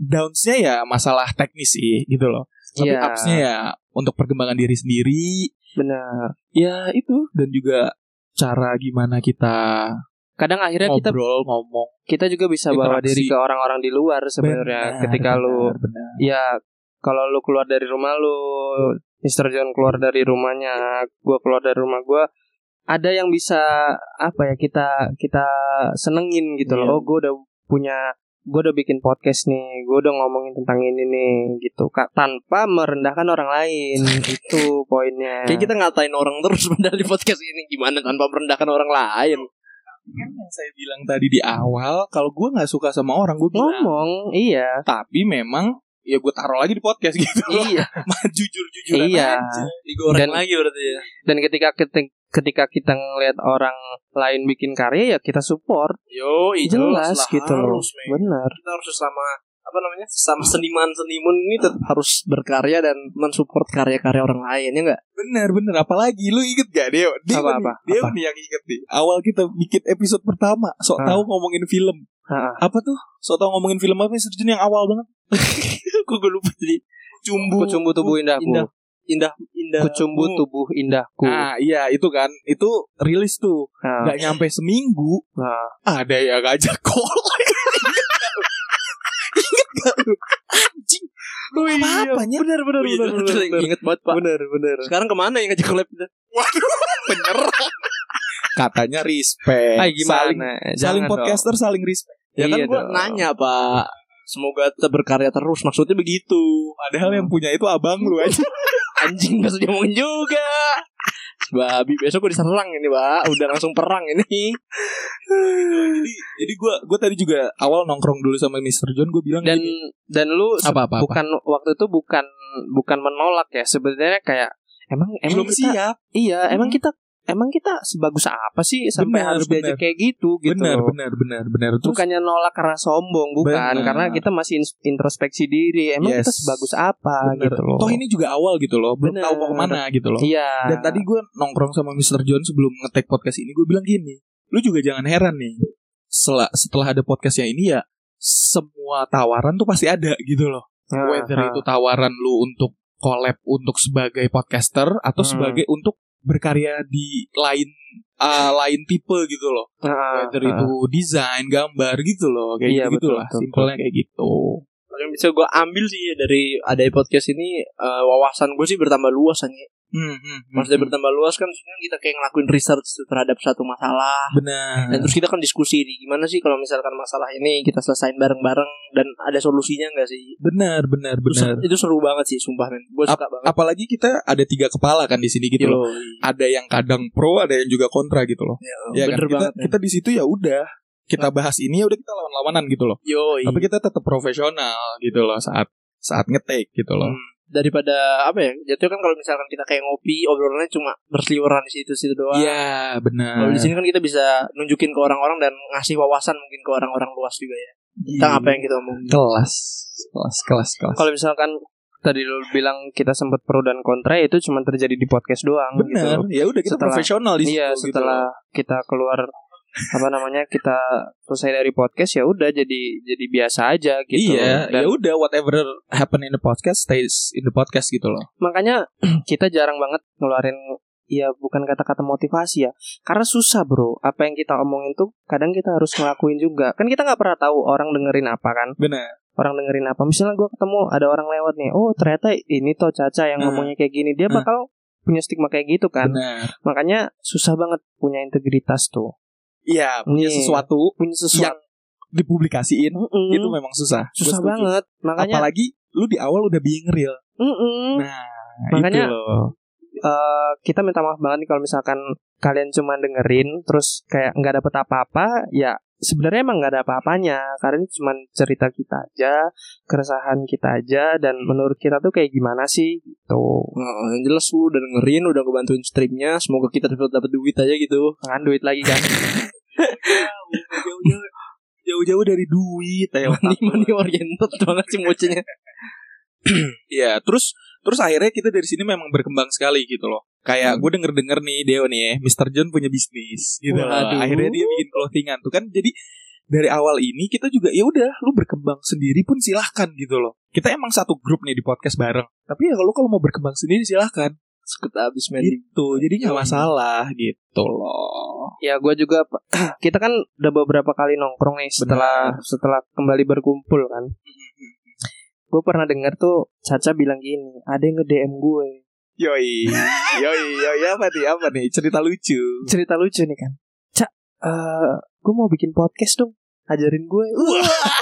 Speaker 2: downs-nya ya masalah teknis sih gitu loh tapi
Speaker 3: Iya.
Speaker 2: ups-nya ya untuk perkembangan diri sendiri
Speaker 3: Benar.
Speaker 2: ya itu dan juga cara gimana kita
Speaker 3: Kadang akhirnya kita
Speaker 2: ngobrol ngomong
Speaker 3: kita juga bisa bawa
Speaker 2: Interaksi.
Speaker 3: diri ke orang-orang di luar sebenarnya
Speaker 2: Benar,
Speaker 3: ketika lu
Speaker 2: benar, benar.
Speaker 3: ya kalau lu keluar dari rumah lu Mr. John keluar dari rumahnya gua keluar dari rumah gua ada yang bisa apa ya kita kita senengin gitu
Speaker 1: Iya.
Speaker 3: loh oh gua udah punya gua udah bikin podcast nih gua udah ngomongin tentang ini nih gitu Kak, tanpa merendahkan orang
Speaker 2: *laughs*
Speaker 3: lain itu poinnya
Speaker 1: kayak
Speaker 2: gitu.
Speaker 1: kita ngatain orang terus *laughs* padahal di podcast ini gimana tanpa merendahkan orang lain
Speaker 2: kan yang saya bilang tadi di awal kalau gue nggak suka sama orang gue bilang
Speaker 3: ngomong iya
Speaker 2: tapi memang ya gue taruh lagi di podcast *laughs* gitu
Speaker 1: *laughs*
Speaker 2: loh.
Speaker 3: iya
Speaker 2: jujur jujuran
Speaker 3: Iya.
Speaker 2: aja
Speaker 1: digoreng
Speaker 3: Dan-
Speaker 1: lagi berarti ya
Speaker 3: dan ketika keti- ketika kita ngelihat orang lain bikin karya ya kita support
Speaker 1: yo iya,
Speaker 3: jelas,
Speaker 1: lah,
Speaker 3: gitu loh
Speaker 1: harus, men.
Speaker 3: benar
Speaker 1: Iya. kita harus sama apa namanya sama seniman seniman ini tetap harus berkarya dan mensupport karya-karya orang lain ya enggak
Speaker 2: bener bener apalagi lu inget gak Deo Deo
Speaker 3: Apa,
Speaker 2: nih,
Speaker 3: apa,
Speaker 2: Deo
Speaker 3: apa?
Speaker 2: nih yang inget nih awal kita bikin episode pertama sok
Speaker 3: Ah.
Speaker 2: tahu ngomongin film
Speaker 3: Ah,
Speaker 2: apa tuh sok tahu ngomongin film apa sih Jun, yang awal banget
Speaker 1: kok gue lupa jadi cumbu
Speaker 3: kucumbu tubuh indahku
Speaker 1: indah indah indah Ah,
Speaker 3: kucumbu tubuh indahku
Speaker 2: nah iya itu kan itu rilis tuh
Speaker 3: Ah,
Speaker 2: nggak nyampe seminggu
Speaker 3: ah.
Speaker 2: ada yang ngajak call
Speaker 3: *laughs*
Speaker 2: Ingat gak lu? Anjing
Speaker 1: oh,
Speaker 3: Iya, ya?
Speaker 2: Apa-apanya?
Speaker 1: benar benar
Speaker 2: Oh, iya,
Speaker 1: benar
Speaker 2: benar,
Speaker 1: benar,
Speaker 2: benar.
Speaker 1: inget banget pak
Speaker 3: benar benar
Speaker 1: sekarang kemana yang ngajak collab kita
Speaker 3: *laughs* Eh,
Speaker 2: Katanya respect
Speaker 3: Ay, gimana
Speaker 2: Saling, saling
Speaker 3: Jangan dong.
Speaker 2: podcaster saling respect
Speaker 1: ya kan
Speaker 3: Iya
Speaker 1: gua
Speaker 3: dong.
Speaker 1: nanya pak semoga tetap berkarya terus maksudnya begitu
Speaker 2: Padahal
Speaker 3: Hmm.
Speaker 2: yang punya itu abang lu
Speaker 3: *laughs*
Speaker 2: aja
Speaker 1: anjing gak usah diomongin juga babi besok gue diserang ini pak udah langsung perang ini
Speaker 2: jadi jadi gue gue tadi juga awal nongkrong dulu sama Mr. John gue bilang
Speaker 3: dan
Speaker 2: gini,
Speaker 3: dan lu se-
Speaker 2: apa apa apa
Speaker 3: bukan waktu itu bukan bukan menolak ya sebenarnya kayak emang emang
Speaker 2: belum
Speaker 3: kita
Speaker 2: siap Hmm.
Speaker 3: iya emang kita emang kita sebagus apa sih sampai
Speaker 2: Bener,
Speaker 3: harus diajak
Speaker 2: bener.
Speaker 3: kayak gitu gitu
Speaker 2: benar
Speaker 3: loh.
Speaker 2: benar benar benar terus
Speaker 3: bukannya nolak karena sombong bukan
Speaker 2: Bener.
Speaker 3: karena kita masih in- introspeksi diri emang
Speaker 2: Yes.
Speaker 3: kita sebagus apa
Speaker 2: bener.
Speaker 3: gitu loh
Speaker 2: toh ini juga awal gitu loh belum
Speaker 3: Bener.
Speaker 2: tahu mau kemana gitu loh
Speaker 3: iya
Speaker 2: dan tadi gue nongkrong sama Mr. John sebelum ngetek podcast ini gue bilang gini lu juga jangan heran nih setelah setelah ada podcastnya ini ya semua tawaran tuh pasti ada gitu loh
Speaker 3: Nah,
Speaker 2: whether
Speaker 3: nah.
Speaker 2: itu tawaran lu untuk collab untuk sebagai podcaster atau
Speaker 3: Hmm.
Speaker 2: sebagai untuk berkarya di lain uh, lain tipe gitu loh
Speaker 3: Nah,
Speaker 2: whether
Speaker 3: nah.
Speaker 2: itu desain gambar gitu loh kayak
Speaker 3: Iya,
Speaker 2: gitu
Speaker 3: betul,
Speaker 2: lah
Speaker 3: betul, ya
Speaker 2: simpelnya kayak gitu
Speaker 1: yang bisa gue ambil sih dari ada podcast ini eh, wawasan gue sih bertambah luas aja
Speaker 2: Hmm, hmm, hmm,
Speaker 1: maksudnya
Speaker 2: hmm.
Speaker 1: bertambah luas kan sebenarnya kita kayak ngelakuin research terhadap satu masalah
Speaker 3: *laughs*
Speaker 2: benar
Speaker 1: dan terus kita kan diskusi nih gimana sih kalau misalkan masalah ini kita selesain bareng-bareng dan ada solusinya enggak sih
Speaker 2: benar benar
Speaker 1: Itu
Speaker 2: benar
Speaker 1: seru- itu seru banget sih sumpah men gue suka banget
Speaker 2: apalagi kita ada tiga kepala kan di sini gitu
Speaker 3: Iya.
Speaker 2: loh
Speaker 1: Yoi.
Speaker 2: ada yang kadang pro ada yang juga kontra gitu loh
Speaker 1: Ya,
Speaker 2: ya
Speaker 1: bener
Speaker 2: kan kita,
Speaker 1: banget
Speaker 2: kita di situ ya udah kita bahas ini ya udah kita lawan-lawanan gitu loh
Speaker 1: Yoi.
Speaker 2: tapi kita tetap profesional gitu loh saat saat ngetik gitu loh
Speaker 1: Hmm. daripada apa ya jatuhnya kan kalau misalkan kita kayak ngopi obrolannya cuma berseliweran di situ situ
Speaker 3: Hmm.
Speaker 1: doang
Speaker 2: Iya benar.
Speaker 1: Kalau di sini kan kita bisa nunjukin ke orang-orang dan ngasih wawasan mungkin ke orang-orang luas juga ya
Speaker 2: Iya.
Speaker 1: tentang apa yang kita omongin.
Speaker 2: kelas kelas kelas kelas.
Speaker 3: kalau misalkan tadi lu bilang kita sempat pro dan kontra itu cuma terjadi di podcast doang gitu
Speaker 2: benar
Speaker 3: loh.
Speaker 2: ya udah kita
Speaker 3: Setelah-
Speaker 2: profesional di situ.
Speaker 3: iya
Speaker 2: gitu
Speaker 3: setelah kita keluar apa namanya kita selesai dari podcast ya udah jadi jadi biasa aja
Speaker 2: loh.
Speaker 3: gitu
Speaker 2: iya
Speaker 3: Dan
Speaker 2: ya udah whatever happen in the podcast stays in the podcast gitu loh.
Speaker 3: makanya *clears throat* kita jarang banget ngeluarin ya bukan kata-kata motivasi ya karena susah bro apa yang kita omongin tuh kadang kita harus ngelakuin juga kan kita nggak pernah tahu orang dengerin apa kan
Speaker 2: Benar.
Speaker 3: orang dengerin apa misalnya gua ketemu ada orang lewat nih oh ternyata ini tuh caca yang
Speaker 2: Hmm.
Speaker 3: ngomongnya kayak gini dia
Speaker 2: Hmm.
Speaker 3: bakal punya stigma kayak gitu kan
Speaker 2: Benar.
Speaker 3: makanya susah banget punya integritas tuh
Speaker 2: Iya
Speaker 3: Nih.
Speaker 2: punya sesuatu
Speaker 3: punya
Speaker 2: yang
Speaker 3: sesuatu
Speaker 2: dipublikasiin
Speaker 3: Mm-mm.
Speaker 2: itu memang susah.
Speaker 3: Hmm. susah
Speaker 2: Gua setuju.
Speaker 3: banget makanya
Speaker 2: Apalagi lu di awal udah being real.
Speaker 3: Mm-mm.
Speaker 2: Nah,
Speaker 3: Makanya-
Speaker 2: itu loh.
Speaker 3: Eh, kita minta maaf banget nih kalau misalkan kalian cuma dengerin terus kayak nggak dapet apa-apa ya sebenarnya emang nggak ada apa-apanya karena ini cuma cerita kita aja keresahan kita aja dan menurut kita tuh kayak gimana sih gitu
Speaker 1: Nah, yang jelas lu udah dengerin, udah ngebantuin streamnya. Semoga kita dapat dapat duit aja gitu.
Speaker 3: Jangan duit lagi kan
Speaker 2: jauh-jauh jauh-jauh dari
Speaker 1: *laughs*
Speaker 2: duit ya
Speaker 1: Money money oriented banget sih
Speaker 2: *laughs*
Speaker 1: mocenya.
Speaker 2: ya terus terus akhirnya kita dari sini memang berkembang sekali gitu loh kayak
Speaker 1: Hmm.
Speaker 2: gue denger denger nih Deo nih ya Mr. John punya bisnis gitu loh.
Speaker 1: Waduh.
Speaker 2: akhirnya dia bikin clothingan tuh kan jadi dari awal ini kita juga ya udah lu berkembang sendiri pun silahkan gitu loh kita emang satu grup nih di podcast bareng tapi ya kalau kalau mau berkembang sendiri silahkan
Speaker 1: Sekut abis men. Iya.
Speaker 2: gitu jadi nggak masalah gitu loh
Speaker 3: ya gue juga *clears throat* kita kan udah beberapa kali nongkrong nih setelah setelah kembali berkumpul kan gue pernah dengar tuh Caca bilang gini ada yang nge DM gue
Speaker 2: yoi yoi yoi apa nih apa nih cerita lucu
Speaker 3: cerita lucu nih kan Cak eh gue mau bikin podcast dong ajarin Iya, gue Wah,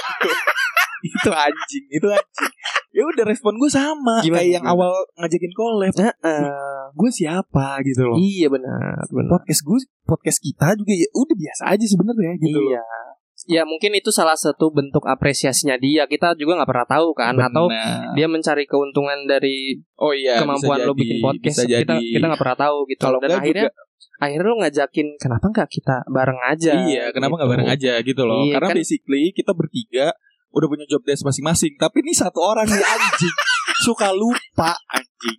Speaker 2: itu anjing itu anjing ya udah respon gue sama
Speaker 3: Gimana?
Speaker 2: kayak yang awal ngajakin collab
Speaker 3: eh,
Speaker 2: gue siapa gitu loh
Speaker 3: iya benar benar
Speaker 2: podcast gue podcast kita juga ya udah biasa aja sebenarnya gitu loh
Speaker 3: iya ya mungkin itu salah satu bentuk apresiasinya dia kita juga nggak pernah tahu kan atau
Speaker 2: Benar.
Speaker 3: dia mencari keuntungan dari
Speaker 2: oh iya
Speaker 3: kemampuan lo bikin podcast kita kita nggak pernah tahu gitu
Speaker 2: Kalau
Speaker 3: dan
Speaker 2: nggak
Speaker 3: akhirnya akhirnya lo ngajakin kenapa nggak kita bareng aja
Speaker 2: iya kenapa nggak
Speaker 3: gitu.
Speaker 2: bareng aja gitu loh
Speaker 3: Iya,
Speaker 2: karena
Speaker 3: kan-
Speaker 2: basically kita bertiga udah punya job desk masing-masing tapi ini satu orang nih anjing suka lupa anjing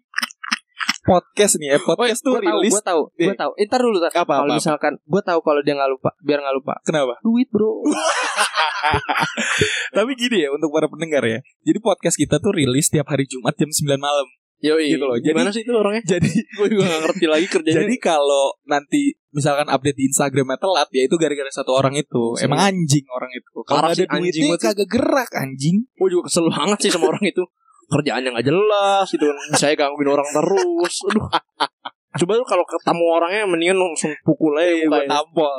Speaker 2: podcast nih eh podcast tuh
Speaker 3: gue tahu
Speaker 2: rilis
Speaker 3: gue tahu gue
Speaker 1: Iya.
Speaker 2: Eh.
Speaker 3: tahu Eh, ntar dulu tar.
Speaker 2: Apa,
Speaker 3: kalau
Speaker 2: apa, apa.
Speaker 3: misalkan gue tahu kalau dia nggak lupa biar nggak lupa
Speaker 2: kenapa
Speaker 3: duit bro
Speaker 2: Tapi gini ya untuk para pendengar ya. Jadi podcast kita tuh rilis tiap hari Jumat jam 9 malam.
Speaker 1: *laughs* Yoi.
Speaker 2: Gitu loh, jadi-
Speaker 1: Gimana sih itu
Speaker 3: *laughs*
Speaker 1: orangnya? *laughs*
Speaker 2: Jadi
Speaker 1: Gue juga gak ngerti lagi kerjanya.
Speaker 2: jadi kalau nanti misalkan update di Instagramnya telat ya itu gara-gara satu orang itu.
Speaker 1: Iya.
Speaker 2: Emang anjing orang itu.
Speaker 1: Parah
Speaker 2: Kalau nggak ada
Speaker 1: sih, anjing
Speaker 2: duitnya
Speaker 1: banget sih.
Speaker 2: kagak gerak anjing.
Speaker 1: gue juga kesel banget sih sama orang itu. Kerjaannya gak jelas gitu. kan. Saya gangguin orang terus. Aduh. *laughs* Coba lu kalau ketemu orangnya mendingan langsung pukul
Speaker 3: Iya,
Speaker 1: aja
Speaker 2: Gue
Speaker 1: mukanya.
Speaker 2: tampol.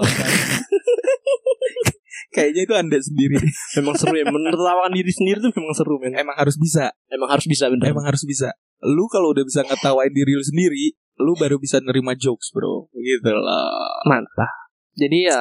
Speaker 2: Kayaknya itu anda sendiri.
Speaker 1: Memang seru ya Menertawakan diri sendiri tuh memang seru men
Speaker 2: Emang harus bisa.
Speaker 1: Emang harus bisa
Speaker 3: Hmm.
Speaker 1: bener
Speaker 2: Emang harus bisa. Lu kalau udah bisa ngetawain diri lu sendiri, lu baru bisa nerima jokes bro. Gitu loh.
Speaker 3: mantap jadi ya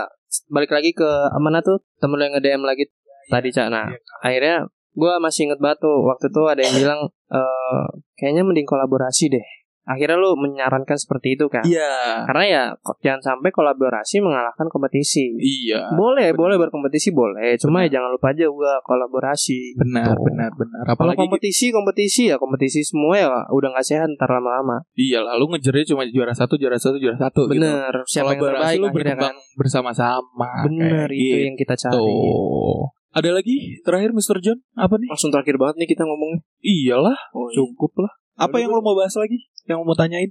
Speaker 3: balik lagi ke mana tuh temen lo yang nge DM lagi tadi cak nah
Speaker 2: Iya,
Speaker 3: akhirnya gue masih inget banget tuh waktu itu ada yang bilang eh kayaknya mending kolaborasi deh akhirnya lu menyarankan seperti itu kan
Speaker 2: Iya.
Speaker 3: karena ya ko- jangan sampai kolaborasi mengalahkan kompetisi
Speaker 2: Iya.
Speaker 3: boleh boleh berkompetisi boleh cuma
Speaker 2: Benar.
Speaker 3: ya jangan lupa aja gua kolaborasi
Speaker 2: Benar,
Speaker 3: Tuh.
Speaker 2: benar, benar.
Speaker 3: kalau
Speaker 2: Apalagi gitu.
Speaker 3: kompetisi kompetisi ya kompetisi semua ya udah nggak sehat ntar lama-lama
Speaker 2: iya lah, lu ngejarnya cuma juara satu, juara satu, juara satu gitu.
Speaker 3: bener siapa yang
Speaker 2: Kolaborasi
Speaker 3: terbaik
Speaker 2: lu
Speaker 3: akhirnya kan
Speaker 2: berkembang bersama-sama.
Speaker 3: bener
Speaker 2: kayak
Speaker 3: itu
Speaker 2: gitu.
Speaker 3: yang kita cari
Speaker 2: Tuh. Ada lagi terakhir Mr. John? Apa nih?
Speaker 1: Langsung terakhir banget nih kita ngomongnya.
Speaker 2: Iyalah,
Speaker 1: Oh, iya.
Speaker 2: cukup lah.
Speaker 1: Udah,
Speaker 2: Apa yang lu mau bahas lagi? Yang mau tanyain?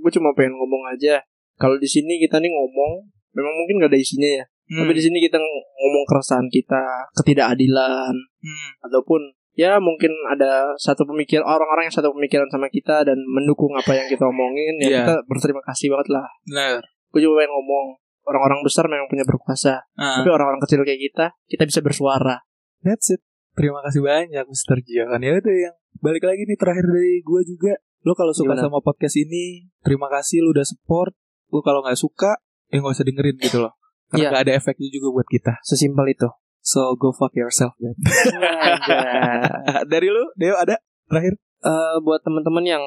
Speaker 1: Gue cuma pengen ngomong aja. Kalau di sini kita nih ngomong, memang mungkin gak ada isinya ya.
Speaker 2: Hmm.
Speaker 1: Tapi di sini kita ng- ngomong keresahan kita, ketidakadilan,
Speaker 2: Hmm.
Speaker 1: ataupun ya mungkin ada satu pemikiran orang-orang yang satu pemikiran sama kita dan mendukung apa yang kita omongin. Ya
Speaker 2: Iya.
Speaker 1: kita berterima kasih banget lah.
Speaker 2: Benar.
Speaker 1: Gue cuma pengen ngomong orang-orang besar memang punya berkuasa,
Speaker 2: Ah,
Speaker 1: tapi orang-orang kecil kayak kita, kita bisa bersuara.
Speaker 2: That's it. Terima kasih banyak Mr. Jihan. Ya udah yang balik lagi nih terakhir dari gua juga. Lo kalau suka
Speaker 1: Gimana?
Speaker 2: sama podcast ini, terima kasih lu udah support. Lu kalau nggak suka, ya nggak usah dengerin gitu loh. Karena
Speaker 3: Iya.
Speaker 2: nggak ada efeknya juga buat kita.
Speaker 3: sesimpel itu
Speaker 2: So go fuck yourself. man. *laughs* Ah, dari lu, Deo ada terakhir.
Speaker 3: Eh, buat teman-teman yang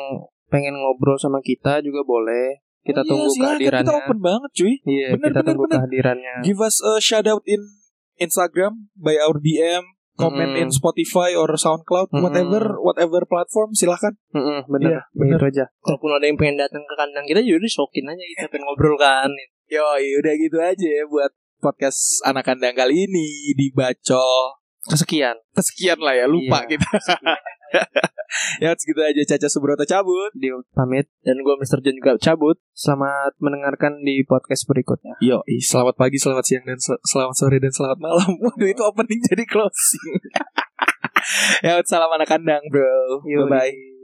Speaker 3: pengen ngobrol sama kita juga boleh kita
Speaker 2: Oh iya,
Speaker 1: ya,
Speaker 3: tunggu
Speaker 2: silakan. Kita
Speaker 3: kehadirannya Nah.
Speaker 2: open banget cuy.
Speaker 3: iya
Speaker 2: Bener,
Speaker 3: kita
Speaker 2: bener,
Speaker 3: tunggu
Speaker 2: bener.
Speaker 3: kehadirannya
Speaker 1: Iya,
Speaker 2: Give us a shout out in Instagram by our DM. Comment
Speaker 3: Mm-mm.
Speaker 2: in Spotify or SoundCloud,
Speaker 3: Mm-mm.
Speaker 2: whatever whatever platform, silahkan.
Speaker 3: Mm-mm, bener
Speaker 2: Iya, bener.
Speaker 3: Itu aja
Speaker 1: Kalaupun ada yang pengen datang ke kandang kita, jadi sokin aja kita pengen ngobrol kan.
Speaker 2: Yo, udah gitu aja ya buat podcast anak kandang kali ini di Bacol.
Speaker 3: kesekian
Speaker 2: Sekian lah ya lupa
Speaker 3: Iya,
Speaker 2: kita *laughs* ya segitu aja Caca Subroto cabut
Speaker 3: di pamit
Speaker 1: Dan gue Mr. John juga cabut.
Speaker 3: selamat mendengarkan di podcast berikutnya
Speaker 2: yo selamat pagi selamat siang dan sel- selamat sore dan selamat malam *laughs* waduh itu *laughs* opening jadi closing ya salam anak kandang bro bye bye